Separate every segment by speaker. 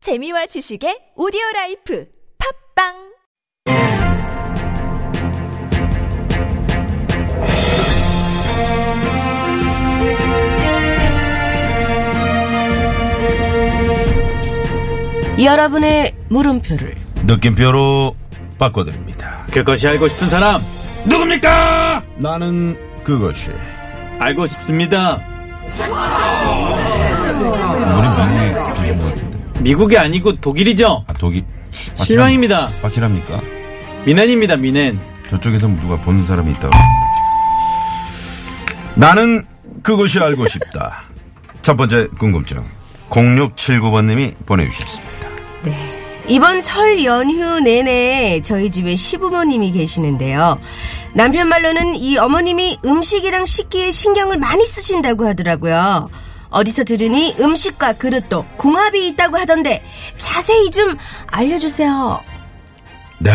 Speaker 1: 재미와 지식의 오디오 라이프 팝빵
Speaker 2: 여러분의 물음표를
Speaker 3: 느낌표로 바꿔드립니다.
Speaker 4: 그것이 알고 싶은 사람
Speaker 3: 누굽니까? 나는 그것이
Speaker 4: 알고 싶습니다. 미국이 아니고 독일이죠.
Speaker 3: 아 독일
Speaker 4: 실망입니다.
Speaker 3: 확실합니까?
Speaker 4: 미넨입니다. 미넨.
Speaker 3: 저쪽에서 누가 보는 사람이 있다고 그러는데. 나는 그것이 알고 싶다. 첫 번째 궁금증 0679번님이 보내주셨습니다.
Speaker 2: 이번 설 연휴 내내 저희 집에 시부모님이 계시는데요. 남편 말로는 이 어머님이 음식이랑 식기에 신경을 많이 쓰신다고 하더라고요. 어디서 들으니 음식과 그릇도 궁합이 있다고 하던데 자세히 좀 알려주세요.
Speaker 3: 네.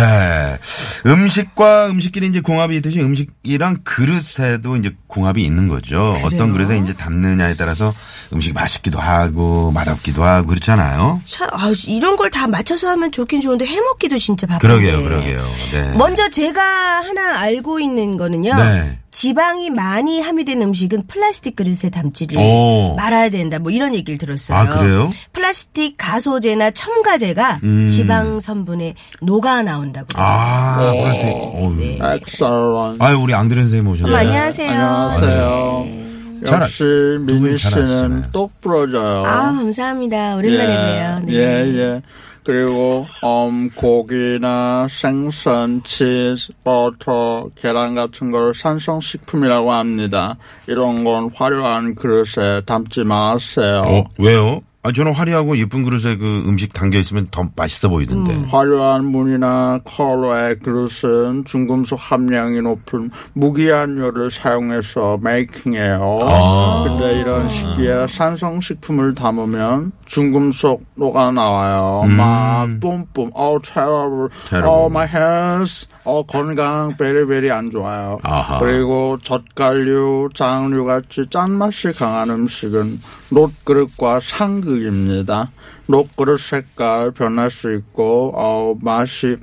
Speaker 3: 음식과 음식끼리 이제 궁합이 있듯이 음식이랑 그릇에도 이제 궁합이 있는 거죠. 어떤 그릇에 이제 담느냐에 따라서 음식이 맛있기도 하고 맛없기도 하고 그렇잖아요.
Speaker 2: 참, 아, 이런 걸 다 맞춰서 하면 좋긴 좋은데 해먹기도 진짜 바쁜데.
Speaker 3: 그러게요, 그러게요. 네.
Speaker 2: 먼저 제가 하나 알고 있는 거는요.
Speaker 3: 네.
Speaker 2: 지방이 많이 함유된 음식은 플라스틱 그릇에 담지를
Speaker 3: 오.
Speaker 2: 말아야 된다. 뭐 이런 얘기를 들었어요.
Speaker 3: 아, 그래요? 음.
Speaker 2: 플라스틱 가소제나 첨가제가 지방 성분에 녹아 나온다고.
Speaker 3: 아, 플라스틱. 어우.
Speaker 4: 네. 엑설런.
Speaker 3: 아유, 우리 앙드레 선생님 오셨네요.
Speaker 2: 어머, 안녕하세요. 네.
Speaker 4: 안녕하세요.
Speaker 3: 잘 알-
Speaker 4: 역시
Speaker 3: 분
Speaker 4: 미니
Speaker 3: 잘 아시잖아요.
Speaker 4: 씨는 똑 부러져요.
Speaker 2: 아우, 감사합니다. 오랜만에 뵈요. 네.
Speaker 4: 예, 예. 그리고 음, 고기나 생선, 치즈, 버터, 계란 같은 걸 산성식품이라고 합니다. 이런 건 화려한 그릇에 담지 마세요.
Speaker 3: 어, 왜요? 아, 저는 화려하고 예쁜 그릇에 그 음식 담겨 있으면 더 맛있어 보이던데.
Speaker 4: 네. 음, 화려한 문이나 컬러의 그릇은 중금속 함량이 높은 무기한료를 사용해서 메이킹해요. 근데 이런 시기에 산성식품을 담으면 중금속 녹아 나와요. 막 뿜뿜, 어우 terrible,
Speaker 3: Terrible.
Speaker 4: 어 my health, 어 건강 베리베리 안 좋아요.
Speaker 3: 아하.
Speaker 4: 그리고 젓갈류, 장류 같이 짠맛이 강한 음식은 놋그릇과 상극입니다. 놋그릇 색깔 변할 수 있고 어, 맛이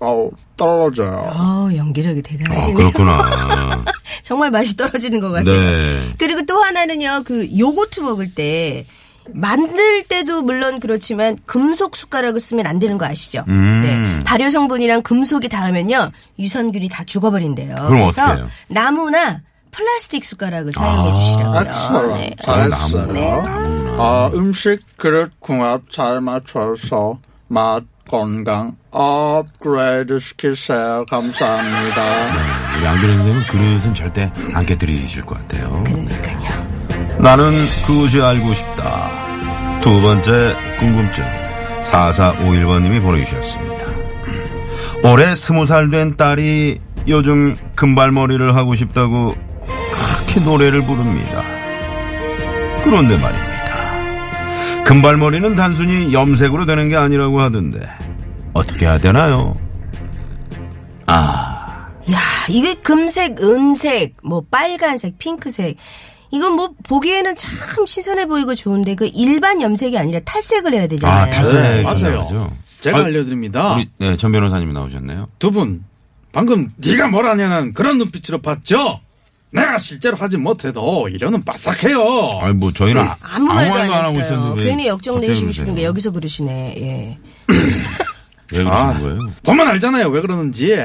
Speaker 4: 어, 떨어져요.
Speaker 2: 어, 연기력이
Speaker 3: 아,
Speaker 2: 대단하시네요.
Speaker 3: 그렇구나.
Speaker 2: 정말 맛이 떨어지는 것 같아요.
Speaker 3: 네.
Speaker 2: 그리고 또 하나는요, 그 요거트 먹을 때 만들 때도 물론 그렇지만 금속 숟가락을 쓰면 안 되는 거 아시죠?
Speaker 3: 음.
Speaker 2: 네. 발효 성분이랑 금속이 닿으면요 유산균이 다 죽어버린대요.
Speaker 3: 그럼
Speaker 2: 래서
Speaker 3: 어떡해요?
Speaker 2: 나무나 플라스틱 숟가락을
Speaker 3: 아.
Speaker 2: 사용해 주시라고요.
Speaker 4: 엑스런
Speaker 2: 네.
Speaker 3: 나무,
Speaker 4: 잘했어요.
Speaker 3: 나무나.
Speaker 4: 어, 음식 그릇 궁합 잘 맞춰서 맛 건강 업그레이드 시키세요. 감사합니다.
Speaker 3: 우리 앙드레 선생님은 그릇은 절대 안 깨뜨리실 것 같아요.
Speaker 2: 그러니까요.
Speaker 3: 나는 그것이 알고 싶다. 두 번째 궁금증. 4451번님이 보내주셨습니다. 올해 스무 살 된 딸이 요즘 금발머리를 하고 싶다고 그렇게 노래를 부릅니다. 그런데 말입니다. 금발머리는 단순히 염색으로 되는 게 아니라고 하던데 어떻게 해야 되나요?
Speaker 2: 야 이게 금색, 은색, 뭐 빨간색, 핑크색. 이건 뭐 보기에는 참 신선해 보이고 좋은데 그 일반 염색이 아니라 탈색을 해야 되잖아요.
Speaker 4: 네, 맞아요.
Speaker 3: 맞아요.
Speaker 4: 제가
Speaker 3: 아,
Speaker 4: 알려드립니다.
Speaker 3: 우리 네, 전 변호사님이 나오셨네요.
Speaker 4: 두 분 방금 네가 뭘 하냐는 그런 눈빛으로 봤죠? 내가 실제로 하지 못해도 이려는 바삭해요.
Speaker 3: 아니 뭐 저희는 아-
Speaker 2: 아무 말도 안,
Speaker 3: 하고
Speaker 2: 했어요.
Speaker 3: 있었는데 왜
Speaker 2: 괜히 역정
Speaker 3: 갑자기
Speaker 2: 내시고 싶은
Speaker 3: 그러세요?
Speaker 2: 게 여기서 그러시네. 예.
Speaker 3: 왜 그러시는 거예요?
Speaker 4: 보면 알잖아요 왜 그러는지.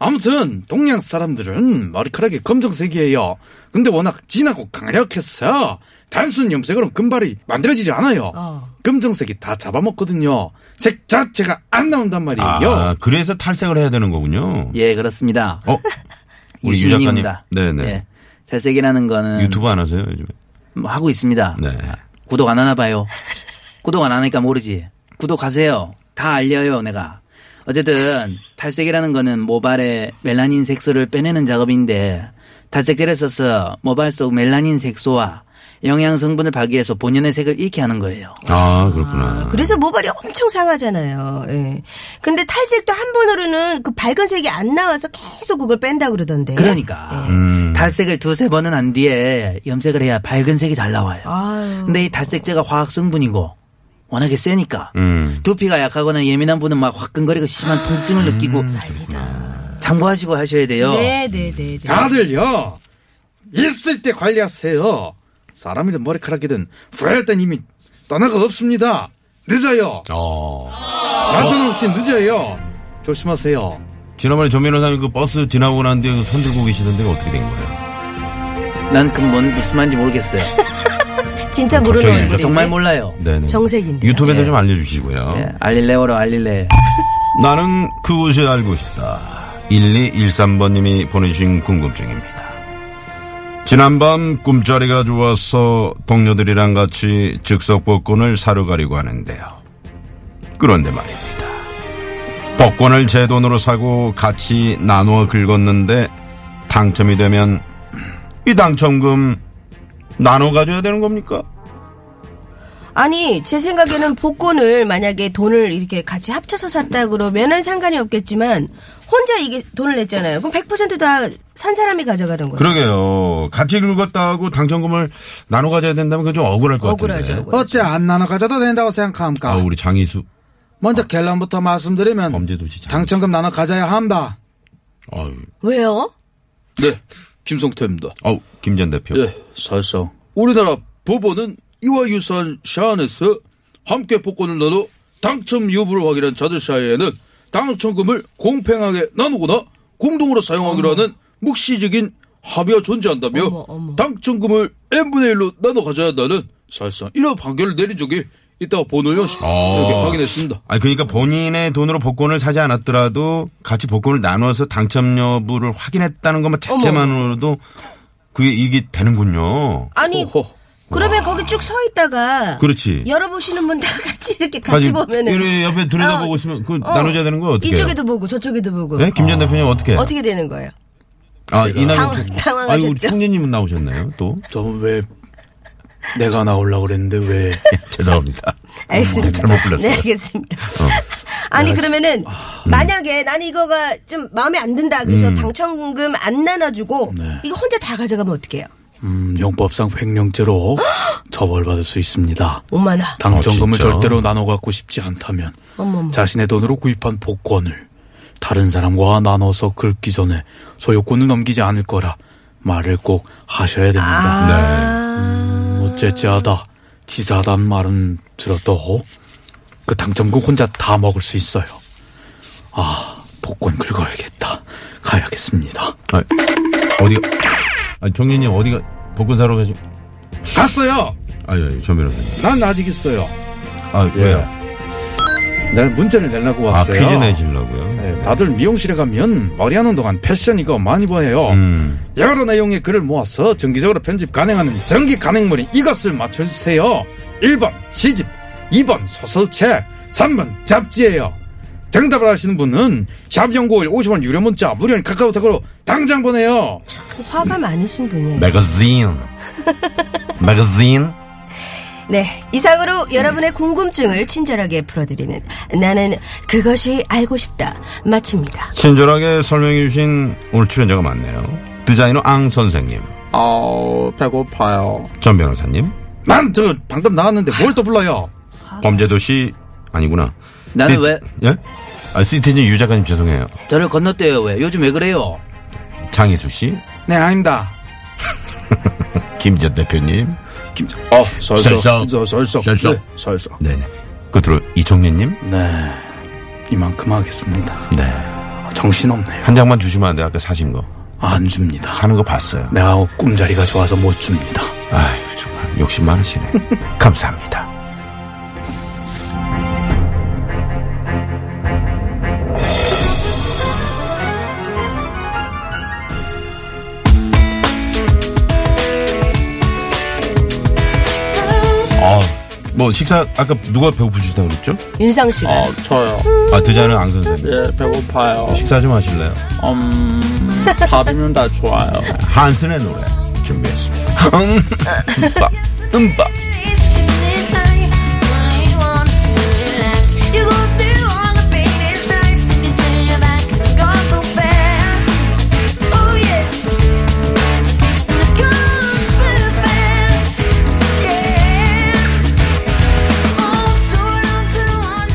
Speaker 4: 아무튼 동양 사람들은 머리카락이 검정색이에요. 근데 워낙 진하고 강력해서 단순 염색으로 금발이 만들어지지 않아요.
Speaker 2: 어.
Speaker 4: 검정색이 다 잡아먹거든요. 색 자체가 안 나온단 말이에요.
Speaker 3: 아, 그래서 탈색을 해야 되는 거군요.
Speaker 4: 예 그렇습니다.
Speaker 3: 어? 우리 유 작가님.
Speaker 4: 유승윤입니다.
Speaker 3: 네네.
Speaker 4: 예. 탈색이라는 거는
Speaker 3: 유튜브 안 하세요, 요즘에?
Speaker 4: 뭐 하고 있습니다.
Speaker 3: 네.
Speaker 4: 구독 안 하나 봐요. 구독 안 하니까 모르지. 구독하세요. 다 알려요, 내가. 어쨌든 탈색이라는 거는 모발에 멜라닌 색소를 빼내는 작업인데 탈색제를 써서 모발 속 멜라닌 색소와 영양 성분을 파괴해서 본연의 색을 잃게 하는 거예요.
Speaker 3: 아, 그렇구나.
Speaker 2: 그래서 모발이 엄청 상하잖아요. 예. 근데 탈색도 한 번으로는 그 밝은색이 안 나와서 계속 그걸 뺀다 그러던데.
Speaker 5: 그러니까
Speaker 2: 예.
Speaker 3: 음.
Speaker 5: 탈색을 두세 번은 한 뒤에 염색을 해야 밝은 색이 잘 나와요.
Speaker 2: 아유.
Speaker 5: 근데 이 탈색제가 화학 성분이고 워낙에 세니까
Speaker 3: 음.
Speaker 5: 두피가 약하거나 예민한 분은 막 화끈거리고
Speaker 6: 아,
Speaker 5: 심한 통증을 느끼고
Speaker 6: 음,
Speaker 5: 참고하시고 하셔야
Speaker 3: 어.
Speaker 5: 돼요.
Speaker 2: 네네네.
Speaker 3: 아,
Speaker 5: 다들요 있을 때 관리하세요. 사람이든 머리카락이든 후회할 땐 이미 떠나가 없습니다. 늦어요.
Speaker 3: 어.
Speaker 5: 가슴 없이 늦어요. 조심하세요.
Speaker 3: 지난번에 전 변호사님 그 버스 지나고 난 뒤에 손 들고 계시던데가 어떻게 된 거예요?
Speaker 5: 난 그 뭔 무슨 말인지 모르겠어요.
Speaker 2: 진짜 모르는
Speaker 3: 갑자기
Speaker 6: 네.
Speaker 2: 얼굴이.
Speaker 5: 정말 몰라요.
Speaker 3: 네네.
Speaker 2: 정색인데요.
Speaker 3: 유튜브에서
Speaker 5: 예.
Speaker 3: 좀
Speaker 6: 어.
Speaker 3: 알려주시고요.
Speaker 5: 예, 알릴레오로 알릴레.
Speaker 3: 나는 그곳이 알고 싶다. 1213번님이 보내주신 궁금증입니다. 지난밤 꿈자리가 좋아서 동료들이랑 같이 즉석 복권을 사러 가려고 하는데요. 그런데 말입니다. 복권을 제 돈으로 사고 같이 나누어 긁었는데 당첨이 되면 이 당첨금 나눠 가져야 되는 겁니까?
Speaker 2: 아니 제 생각에는 복권을 만약에 돈을 이렇게 같이 합쳐서 샀다 그러면은 상관이 없겠지만 혼자 이게 돈을 냈잖아요. 그럼 100%다 산 사람이 가져가는 거예요.
Speaker 3: 그러게요. 같이 긁었다고 당첨금을 나눠 가져야 된다면 그건 좀 억울할 것
Speaker 2: 억울하죠.
Speaker 3: 같은데.
Speaker 2: 억울하죠.
Speaker 6: 어째 안 나눠 가져도 된다고 생각합니까?
Speaker 3: 아, 우리
Speaker 2: 네.
Speaker 3: 장희수.
Speaker 6: 먼저 결론부터 말씀드리면
Speaker 3: 범죄도시 장.
Speaker 6: 당첨금 나눠 가져야 한다.
Speaker 3: 어우,
Speaker 2: 왜요?
Speaker 6: 네, 김성태입니다.
Speaker 3: 어우, 김전 대표.
Speaker 6: 예,
Speaker 2: 예.
Speaker 6: 사실상 우리나라 법원은 이와 유사한 샤안에서 함께 복권을 나눠 당첨 여부를 확인한 자들 사이에는 당첨금을 공평하게 나누거나 공동으로 사용하기로 하는 묵시적인 합의가 존재한다며
Speaker 2: 어머, 어머.
Speaker 6: 당첨금을 n분의 1로 나눠 가져야 한다는 사실상 이런 판결을 내린 적이 있다고 보노요
Speaker 3: 어.
Speaker 6: 이렇게 확인했습니다.
Speaker 3: 아니 그러니까 본인의 돈으로 복권을 사지 않았더라도 같이 복권을 나눠서 당첨 여부를 확인했다는 것만 자체만으로도 그게 이게 되는군요.
Speaker 2: 아니
Speaker 6: 어허.
Speaker 2: 그러면 거기 쭉 서 있다가
Speaker 3: 그렇지.
Speaker 2: 열어보시는 분 다 같이 이렇게 같이 보면은
Speaker 3: 이래 옆에 들여다보고
Speaker 2: 어,
Speaker 3: 있으면 그
Speaker 2: 어.
Speaker 3: 나눠줘야 되는 거 어떻게?
Speaker 2: 이쪽에도 보고 저쪽에도 보고
Speaker 3: 네? 김전 대표님 어떻게? 해요?
Speaker 2: 어떻게 되는 거예요?
Speaker 3: 아 이날
Speaker 2: 당황- 당황하셨죠?
Speaker 3: 아유 총재님은 나오셨나요? 또
Speaker 6: 저왜 내가 나오려고 그랬는데 왜
Speaker 3: 네, 죄송합니다.
Speaker 2: 알겠습니다.
Speaker 3: 음, 잘못 불렀어요. 네,
Speaker 2: 네, 알겠습니다. 아니 그러면은
Speaker 3: 음.
Speaker 2: 만약에 난 이거가 좀 마음에 안 든다 그래서 당첨금 안 나눠주고
Speaker 3: 네.
Speaker 2: 이거 혼자 다 가져가면 어떡해요?
Speaker 6: 음, 형법상 횡령죄로 처벌받을 수 있습니다.
Speaker 2: 오만아.
Speaker 6: 당첨금을
Speaker 3: 아, 진짜?
Speaker 6: 절대로 나눠 갖고 싶지 않다면
Speaker 2: 어머머.
Speaker 6: 자신의 돈으로 구입한 복권을 다른 사람과 나눠서 긁기 전에 소유권을 넘기지 않을 거라 말을 꼭 하셔야
Speaker 2: 아.
Speaker 6: 됩니다.
Speaker 3: 네.
Speaker 6: 음, 어째째하다 지사단 말은 들어도 그 당첨금 혼자 다 먹을 수 있어요. 아 복권 긁어야겠다. 가야겠습니다.
Speaker 3: 아, 어디? 아 총재님 어디가 복권 사러 가시?
Speaker 6: 갔어요.
Speaker 3: 아유 아유 전 변호사님.
Speaker 6: 난 아직 있어요.
Speaker 3: 아 왜요?
Speaker 6: 내가 문자를 내려고
Speaker 3: 아
Speaker 6: 왔어요.
Speaker 3: 퀴즈 내시려고요?
Speaker 6: 네, 다들 미용실에 가면 머리 하는 동안 패션 이거 많이 보여요.
Speaker 3: 음.
Speaker 6: 여러 내용의 글을 모아서 정기적으로 편집 가능하는 정기 간행물인 이것을 맞춰주세요. 1번 시집, 2번 소설책, 3번 잡지예요. 정답을 아시는 분은 샵0951 50원 유료 문자 무료인 카카오톡으로 당장 보내요.
Speaker 2: 그 화가 많으신 분이에요.
Speaker 3: 네. 매거진. 매거진.
Speaker 2: 네. 이상으로 여러분의 궁금증을 친절하게 풀어드리는 나는 그것이 알고 싶다. 마칩니다.
Speaker 3: 친절하게 설명해 주신 오늘 출연자가 많네요. 디자이너 앙 선생님,
Speaker 6: 아 배고파요.
Speaker 3: 전 변호사님,
Speaker 6: 난 저 방금 나왔는데 뭘 또 불러요?
Speaker 3: 범죄도시 아니구나.
Speaker 5: 나는
Speaker 3: 시-
Speaker 5: 왜-
Speaker 3: 예? 아, 시티즌 유 작가님 죄송해요.
Speaker 5: 저를 건너뛰어요 왜? 요즘 왜 그래요?
Speaker 3: 장희수 씨,
Speaker 6: 네 아닙니다.
Speaker 3: 김전 대표님,
Speaker 6: 김장. 어
Speaker 3: 설사.
Speaker 6: 설사
Speaker 3: 설사.
Speaker 6: 네, 설사.
Speaker 3: 네네. 끝으로 이청래님,
Speaker 6: 네, 이만큼 하겠습니다.
Speaker 3: 네.
Speaker 6: 정신없네요.
Speaker 3: 한 장만 주시면 안 돼요. 아까 사신 거.
Speaker 6: 안 줍니다.
Speaker 3: 사는 거 봤어요.
Speaker 6: 내가 꿈자리가 좋아서 못 줍니다.
Speaker 3: 아유, 정말 욕심 많으시네. 감사합니다. 아, 뭐 식사 아까 누가 배고프시다 그랬죠?
Speaker 2: 윤상 씨가.
Speaker 4: 어,
Speaker 6: 저요.
Speaker 3: 아, 드자는 안 선생님.
Speaker 6: 예, 배고파요.
Speaker 3: 식사 좀 하실래요?
Speaker 6: 음, 밥이면 다 좋아요.
Speaker 3: 한슨의 노래 준비했습니다. 음, 음밥, 음밥.
Speaker 7: Yeah. Oh, so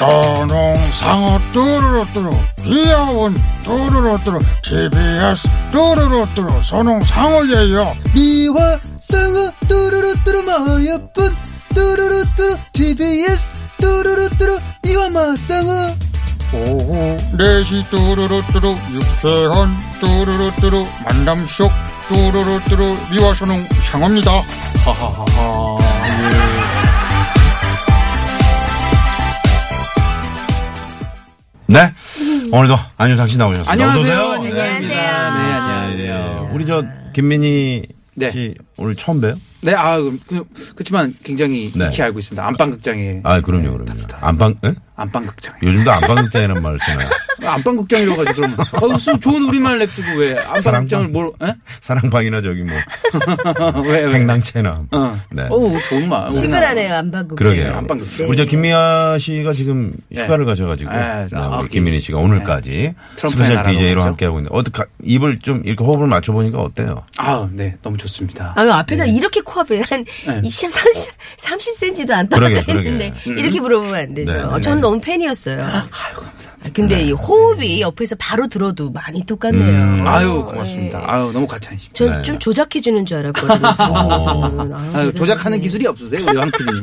Speaker 7: 상어 뚜루루뚜루 귀여운 뚜루루뚜루 TBS 뚜루루뚜루 선홍 상어예요 미화 상어 뚜루루뚜루 마여쁜 뚜루루뚜루 TBS 뚜루루뚜루 미화 마상어 오후 4시 뚜루루뚜루 유쾌한 뚜루루뚜루 만남 속 뚜루루뚜루 미화 선홍 상어입니다 하하하하 예.
Speaker 3: 네. 오늘도 안윤상 씨 나오셨습니다. 어서 오세요.
Speaker 5: 안녕하세요. 네, 안녕하세요.
Speaker 3: 우리 저 김민희
Speaker 5: 네.
Speaker 3: 씨 오늘 처음 봬요?
Speaker 5: 네, 아, 그, 그- 그렇지만 굉장히
Speaker 3: 네.
Speaker 5: 익히 알고 있습니다. 안방극장에. 네,
Speaker 3: 아, 그럼요, 그럼요. 안방, 예?
Speaker 5: 안방극장에.
Speaker 3: 요즘도 안방극장이라는 말을 쓰나요?
Speaker 5: 안방극장이라고 하지, 그러면. 어, 무슨 좋은 우리말 냅두고 왜 안방극장을
Speaker 3: 사랑방.
Speaker 5: 뭘, 예?
Speaker 3: 사랑방이나 저기 뭐,
Speaker 5: 왜, 왜?
Speaker 3: 행당채나.
Speaker 5: 어.
Speaker 3: 네.
Speaker 5: 어우, 좋은 말.
Speaker 2: 친근하네요, 안방국.
Speaker 3: 그러게요.
Speaker 5: 안방극장.
Speaker 3: 우리 저 김미아 씨가 지금 휴가를 가셔가지고,
Speaker 5: 네,
Speaker 3: 네,
Speaker 5: 아,
Speaker 3: 우리
Speaker 5: 이-
Speaker 3: 김민희 씨가 오늘까지
Speaker 5: 트럼프의
Speaker 3: 스페셜
Speaker 5: 나라로
Speaker 3: DJ로
Speaker 5: 그러죠.
Speaker 3: 함께하고 있는데, 어떻게, 입을 좀 이렇게 호흡을 맞춰보니까 어때요?
Speaker 5: 아, 네, 너무 좋습니다.
Speaker 2: 아유, 그 앞에다
Speaker 3: 예.
Speaker 2: 이렇게 코앞에 한
Speaker 5: 네.
Speaker 2: 20, 30, 30cm도 안 떨어져
Speaker 3: 그러게, 그러게.
Speaker 2: 있는데, 이렇게 물어보면 안 되죠.
Speaker 3: 음. 네, 네,
Speaker 2: 어, 저는
Speaker 3: 네.
Speaker 2: 너무 팬이었어요. 아유, 감사합니다. 근데 이 호흡이 옆에서 바로 들어도 많이 똑같네요.
Speaker 3: 음.
Speaker 5: 음.
Speaker 2: 예.
Speaker 5: 아유, 고맙습니다. 아유, 너무 가차이십니다.
Speaker 2: 전
Speaker 3: 네.
Speaker 2: 좀 조작해주는 줄 알았거든요.
Speaker 3: 어.
Speaker 2: 방송에서는. 아유,
Speaker 5: 아유, 조작하는
Speaker 2: 대단해.
Speaker 5: 기술이 없으세요, 우리 황 PD님은?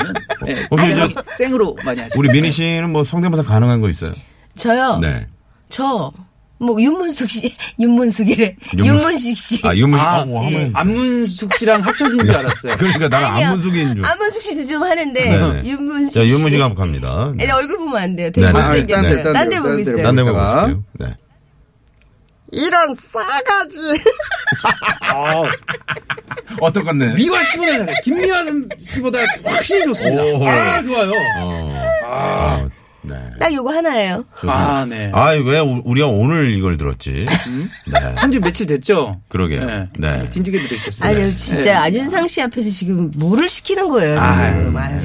Speaker 5: 예.
Speaker 3: 혹시
Speaker 5: 생으로-
Speaker 3: 저-
Speaker 5: 생으로 많이 하시죠.
Speaker 3: 우리 민희 씨는 뭐 성대모사 가능한 거 있어요?
Speaker 2: 저요?
Speaker 3: 네.
Speaker 2: 저, 뭐, 윤문숙 씨, 윤문숙이래.
Speaker 3: 윤문숙-
Speaker 2: 윤문식 씨.
Speaker 3: 아, 유문 씨.
Speaker 5: 아,
Speaker 3: 아, 뭐
Speaker 6: 예.
Speaker 3: 한번
Speaker 5: 안문숙 씨랑 합쳐진 줄 알았어요.
Speaker 3: 그러니까 나는
Speaker 2: 아니요.
Speaker 3: 안문숙인 줄.
Speaker 2: 안문숙 씨도 좀 하는데,
Speaker 3: 네네.
Speaker 2: 윤문식
Speaker 3: 자,
Speaker 2: 씨.
Speaker 3: 유문 씨가 한번 갑니다.
Speaker 2: 네,
Speaker 3: 네.
Speaker 2: 얼굴 보면 안 돼요. 되게
Speaker 3: 네네. 아,
Speaker 2: 못생겼어요.
Speaker 3: 일단,
Speaker 2: 딴 데 보고 있어요.
Speaker 3: 딴데 보고
Speaker 7: 이따가.
Speaker 3: 있을게요. 네.
Speaker 7: 이런 싸가지
Speaker 3: 어떨 건데?
Speaker 5: 미화 씨보다 잘해. 김미화 씨보다 확실히 좋습니다.
Speaker 3: 오.
Speaker 5: 아, 좋아요.
Speaker 3: 어. 아. 네.
Speaker 2: 딱 요거 하나예요.
Speaker 5: 아, 네.
Speaker 3: 아, 왜 우- 우리가 오늘 이걸 들었지? 네.
Speaker 5: 한지 며칠 됐죠?
Speaker 6: 예.
Speaker 3: 그러게요.
Speaker 5: 네.
Speaker 3: 네.
Speaker 5: 진지게도 되셨어요.
Speaker 2: 아니
Speaker 5: 네.
Speaker 2: 진짜 안윤상 씨 앞에서 지금 뭐를 시키는 거예요 지금. 그
Speaker 5: 음,
Speaker 2: 아유.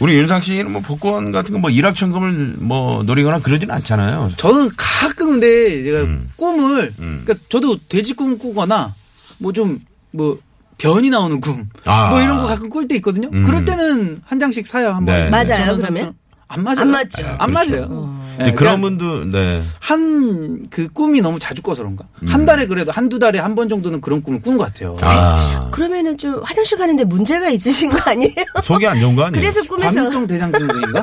Speaker 3: 우리 윤상 씨는 뭐 복권 같은 거 뭐 일확천금을 뭐 노리거나 그러진 않잖아요.
Speaker 5: 저는 가끔 근데 제가
Speaker 3: 음.
Speaker 5: 꿈을, 그러니까 저도 돼지 꿈 꾸거나 뭐 좀 뭐 변이 나오는 꿈,
Speaker 3: 아.
Speaker 5: 뭐 이런 거 가끔 꿀 때 있거든요.
Speaker 3: 음.
Speaker 5: 그럴 때는 한 장씩 사요 한
Speaker 3: 네.
Speaker 5: 번.
Speaker 2: 맞아요,
Speaker 5: 저는
Speaker 2: 그러면?
Speaker 5: 안 맞아요.
Speaker 2: 안 맞죠. 어.
Speaker 5: 안
Speaker 3: 그렇죠.
Speaker 5: 맞아요.
Speaker 3: 근데
Speaker 5: 네,
Speaker 3: 그런
Speaker 5: 그냥-
Speaker 3: 분도 네.
Speaker 5: 한 그 꿈이 너무 자주 꿔서 그런가? 한 달에 그래도 한두 달에 한 번 정도는 그런 꿈을 꾼 것 같아요.
Speaker 3: 음.
Speaker 5: 음.
Speaker 3: 아.
Speaker 2: 그러면은 좀 화장실 가는데 문제가 있으신 거
Speaker 5: 네.
Speaker 2: 아니에요?
Speaker 3: 속이 안 좋은 거 아니에요?
Speaker 2: 그래서 꿈에서
Speaker 5: 과민성 대장증후군인가?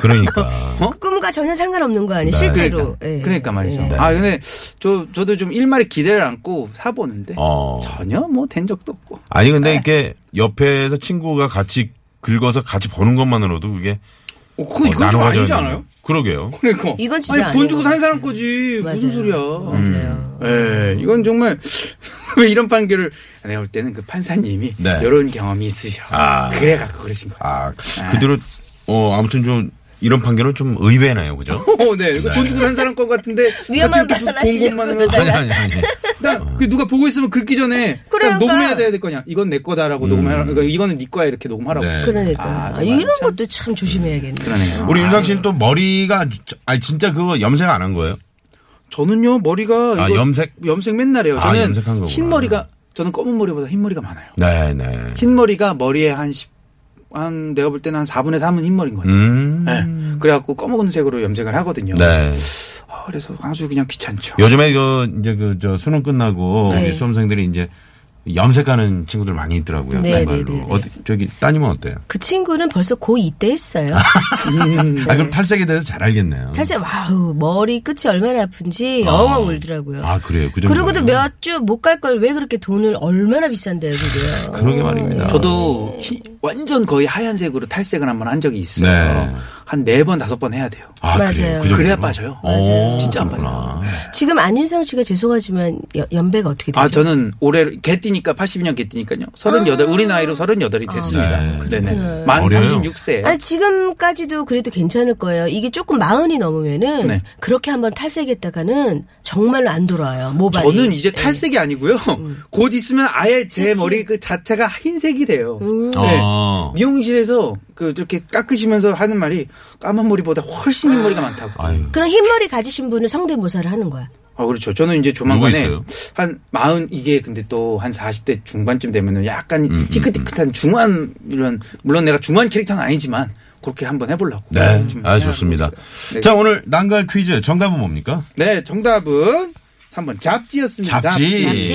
Speaker 3: 그러니까.
Speaker 5: 어?
Speaker 2: 꿈과 전혀 상관없는 거 아니에요 실제로.
Speaker 5: 그러니까,
Speaker 2: 예.
Speaker 5: 그러니까 말이죠.
Speaker 3: 네.
Speaker 5: 아 근데 저 저도 좀 일말의 기대를 안고 사보는데
Speaker 3: 어.
Speaker 5: 전혀 뭐 된 적도 없고.
Speaker 3: 아니 근데 이렇게 옆에서 친구가 같이 긁어서 같이 보는 것만으로도 그게
Speaker 5: 어, 그거
Speaker 3: 어,
Speaker 5: 이건 좀
Speaker 3: 나눠가져야
Speaker 5: 아니지
Speaker 3: 되는-
Speaker 5: 않아요?
Speaker 3: 그러게요.
Speaker 5: 그러니까.
Speaker 2: 이건 진짜
Speaker 5: 아니, 돈
Speaker 2: 아닌
Speaker 5: 주고
Speaker 2: 것
Speaker 5: 산 사람 거지. 무슨
Speaker 2: 맞아요. 음.
Speaker 5: 소리야.
Speaker 2: 맞아요.
Speaker 5: 예, 이건 정말 왜 이런 판결을 내가 볼 때는 그 판사님이
Speaker 3: 네.
Speaker 5: 이런 경험이 있으셔.
Speaker 3: 아.
Speaker 5: 그래 갖고 그러신 거야.
Speaker 3: 아,
Speaker 5: 네.
Speaker 3: 그대로, 어, 아무튼 좀, 이런 판결은 좀 의외네요, 그죠?
Speaker 5: 어, 네. 이거 돈 주고 산 사람 건 같은데
Speaker 2: 위험한
Speaker 5: 같이 이렇게
Speaker 2: 발언 하시려고
Speaker 5: 본 것만으로도
Speaker 2: 그러다가.
Speaker 3: 아니, 아니, 네. 아니.
Speaker 5: 일단 그 누가 보고 있으면 긁기 전에 일단
Speaker 2: 그러니까.
Speaker 5: 녹음해야 될 거냐. 이건 내 거다라고 녹음하라. 그러니까 이거는 네 거야 이렇게 녹음하라고.
Speaker 3: 네.
Speaker 2: 그러니까
Speaker 5: 아,
Speaker 2: 아,
Speaker 5: 정말
Speaker 2: 이런
Speaker 5: 참.
Speaker 2: 것도 참 조심해야겠네요.
Speaker 5: 그러네요.
Speaker 3: 우리 윤상 씨는 또 머리가, 아주- 아니, 진짜 그거 염색 안 한 거예요?
Speaker 5: 저는요 머리가
Speaker 3: 아,
Speaker 5: 이거
Speaker 3: 염색?
Speaker 5: 염색 맨날 해요.
Speaker 3: 아,
Speaker 5: 저는
Speaker 3: 염색한 거구나.
Speaker 5: 흰 머리가 저는 검은 머리보다 흰 머리가 많아요.
Speaker 3: 네, 네.
Speaker 5: 흰 머리가 머리에 한 10, 한 내가 볼 때는 한 4분의 3은 흰 머리인 것 같아요.
Speaker 3: 음.
Speaker 5: 네. 그래갖고 검은 색으로 염색을 하거든요.
Speaker 3: 네.
Speaker 5: 아, 그래서 아주 그냥 귀찮죠.
Speaker 3: 요즘에 그, 이제 그, 저, 수능 끝나고,
Speaker 2: 네.
Speaker 3: 우리 수험생들이 이제, 염색하는 친구들 많이 있더라고요.
Speaker 2: 네,
Speaker 3: 말로.
Speaker 2: 네, 네, 네.
Speaker 3: 어디- 저기, 따님은 어때요?
Speaker 2: 그 친구는 벌써 고2 때 했어요.
Speaker 5: 네.
Speaker 3: 아, 그럼 탈색에 대해서 잘 알겠네요.
Speaker 2: 사실 와우 머리 끝이 얼마나 아픈지
Speaker 3: 아.
Speaker 2: 엉엉 울더라고요.
Speaker 3: 아, 그래요? 그 정도예요?
Speaker 2: 그리고도 몇 주 못 갈 걸 왜 그렇게 돈을 얼마나 비싼데요, 그게.
Speaker 3: 그러게 말입니다.
Speaker 5: 음. 저도 희- 완전 거의 하얀색으로 탈색을 한 번 한 적이 있어요.
Speaker 3: 네.
Speaker 5: 한 네 번 다섯 번 해야 돼요.
Speaker 3: 아, 그래요?
Speaker 2: 맞아요.
Speaker 3: 그 정도로?
Speaker 5: 그래야 빠져요.
Speaker 3: 오,
Speaker 5: 진짜 안
Speaker 3: 그렇구나.
Speaker 2: 지금 안윤상 씨가 죄송하지만 여- 연배가 어떻게 되죠?
Speaker 5: 아, 저는 올해 개띠니까 82년 개띠니까요.
Speaker 2: 아.
Speaker 5: 38 우리 나이로 38이 됐습니다.
Speaker 3: 네.
Speaker 5: 네, 네. 만
Speaker 3: 어려요.
Speaker 5: 36세.
Speaker 2: 아니, 지금까지도 그래도 괜찮을 거예요. 이게 조금 마흔이 넘으면은
Speaker 5: 네.
Speaker 2: 그렇게 한번 탈색했다가는 정말로 안 돌아와요. 모발이.
Speaker 5: 저는 이제 탈색이 아니고요. 곧 있으면 아예 제 머리 그 자체가 흰색이 돼요. 네.
Speaker 3: 아.
Speaker 5: 미용실에서 그 이렇게 깎으시면서 하는 말이 까만 머리보다 훨씬 흰 머리가 많다고.
Speaker 3: 아유.
Speaker 2: 그럼 흰머리 가지신 분은 성대모사를 하는 거야.
Speaker 5: 아 그렇죠. 저는 이제 조만간에
Speaker 3: 누구
Speaker 5: 한 마흔 이게 근데 또 한 40대
Speaker 3: 음,
Speaker 5: 중반쯤 되면은 약간 희끗희끗한 중한 이런 물론 내가 중한 캐릭터는 아니지만
Speaker 6: 그렇게 한번 해보려고.
Speaker 3: 네.
Speaker 6: 지금
Speaker 3: 아,
Speaker 6: 생각하고
Speaker 3: 좋습니다.
Speaker 6: 있어요. 네.
Speaker 3: 자, 오늘 난갈 퀴즈 정답은 뭡니까?
Speaker 6: 네, 정답은 3번 잡지였습니다.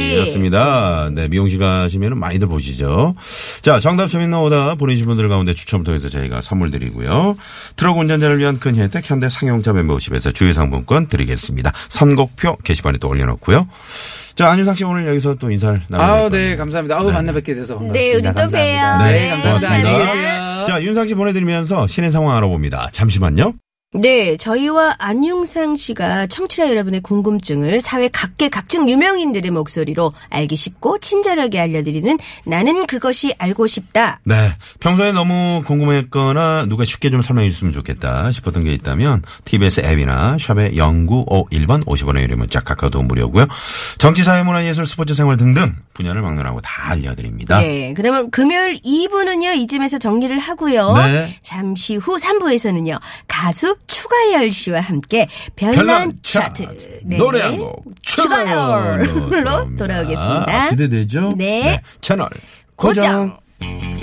Speaker 3: 잡지였습니다. 네, 미용실 가시면 많이들 보시죠. 자, 정답 재밌는 오다 보내주신 분들 가운데 추첨을 통해서 저희가 선물 드리고요. 트럭 운전자를 위한 큰 혜택 현대 상용차 멤버십에서 주유상품권 드리겠습니다. 선곡표 게시판에 또 올려놓고요. 자, 안윤상 씨 오늘 여기서 또 인사를 나눠요.
Speaker 6: 아우, 네, 감사합니다. 아우, 만나 뵙게 돼서.
Speaker 1: 네, 우리 또
Speaker 6: 감사합니다.
Speaker 1: 봬요.
Speaker 6: 네, 감사합니다. 네.
Speaker 3: 고맙습니다.
Speaker 6: 안녕히 계세요.
Speaker 3: 자, 윤상 씨 보내드리면서 시내 상황 알아봅니다. 잠시만요.
Speaker 2: 네, 저희와 안윤상 씨가 청취자 여러분의 궁금증을 사회 각계 각층 유명인들의 목소리로 알기 쉽고 친절하게 알려드리는 나는 그것이 알고 싶다.
Speaker 3: 네. 평소에 너무 궁금했거나 누가 쉽게 좀 설명해 줬으면 좋겠다 싶었던 게 있다면 TBS 앱이나 샵의 0951번 50원의 유료 문자 카카오도 무료고요. 정치, 사회, 문화, 예술, 스포츠, 생활 등등 분야를 막론하고 다 알려드립니다.
Speaker 2: 네, 그러면 금요일 2부는요, 이쯤에서 정리를 하고요.
Speaker 3: 네.
Speaker 2: 잠시 후 3부에서는요, 가수 추가열 씨와 함께 별난
Speaker 3: 별난
Speaker 2: 차트.
Speaker 3: 차트
Speaker 2: 네.
Speaker 3: 노래 한곡
Speaker 2: 추가열로 돌아오겠습니다.
Speaker 3: 기대되죠?
Speaker 2: 네.
Speaker 3: 채널
Speaker 2: 고정.
Speaker 3: 고정.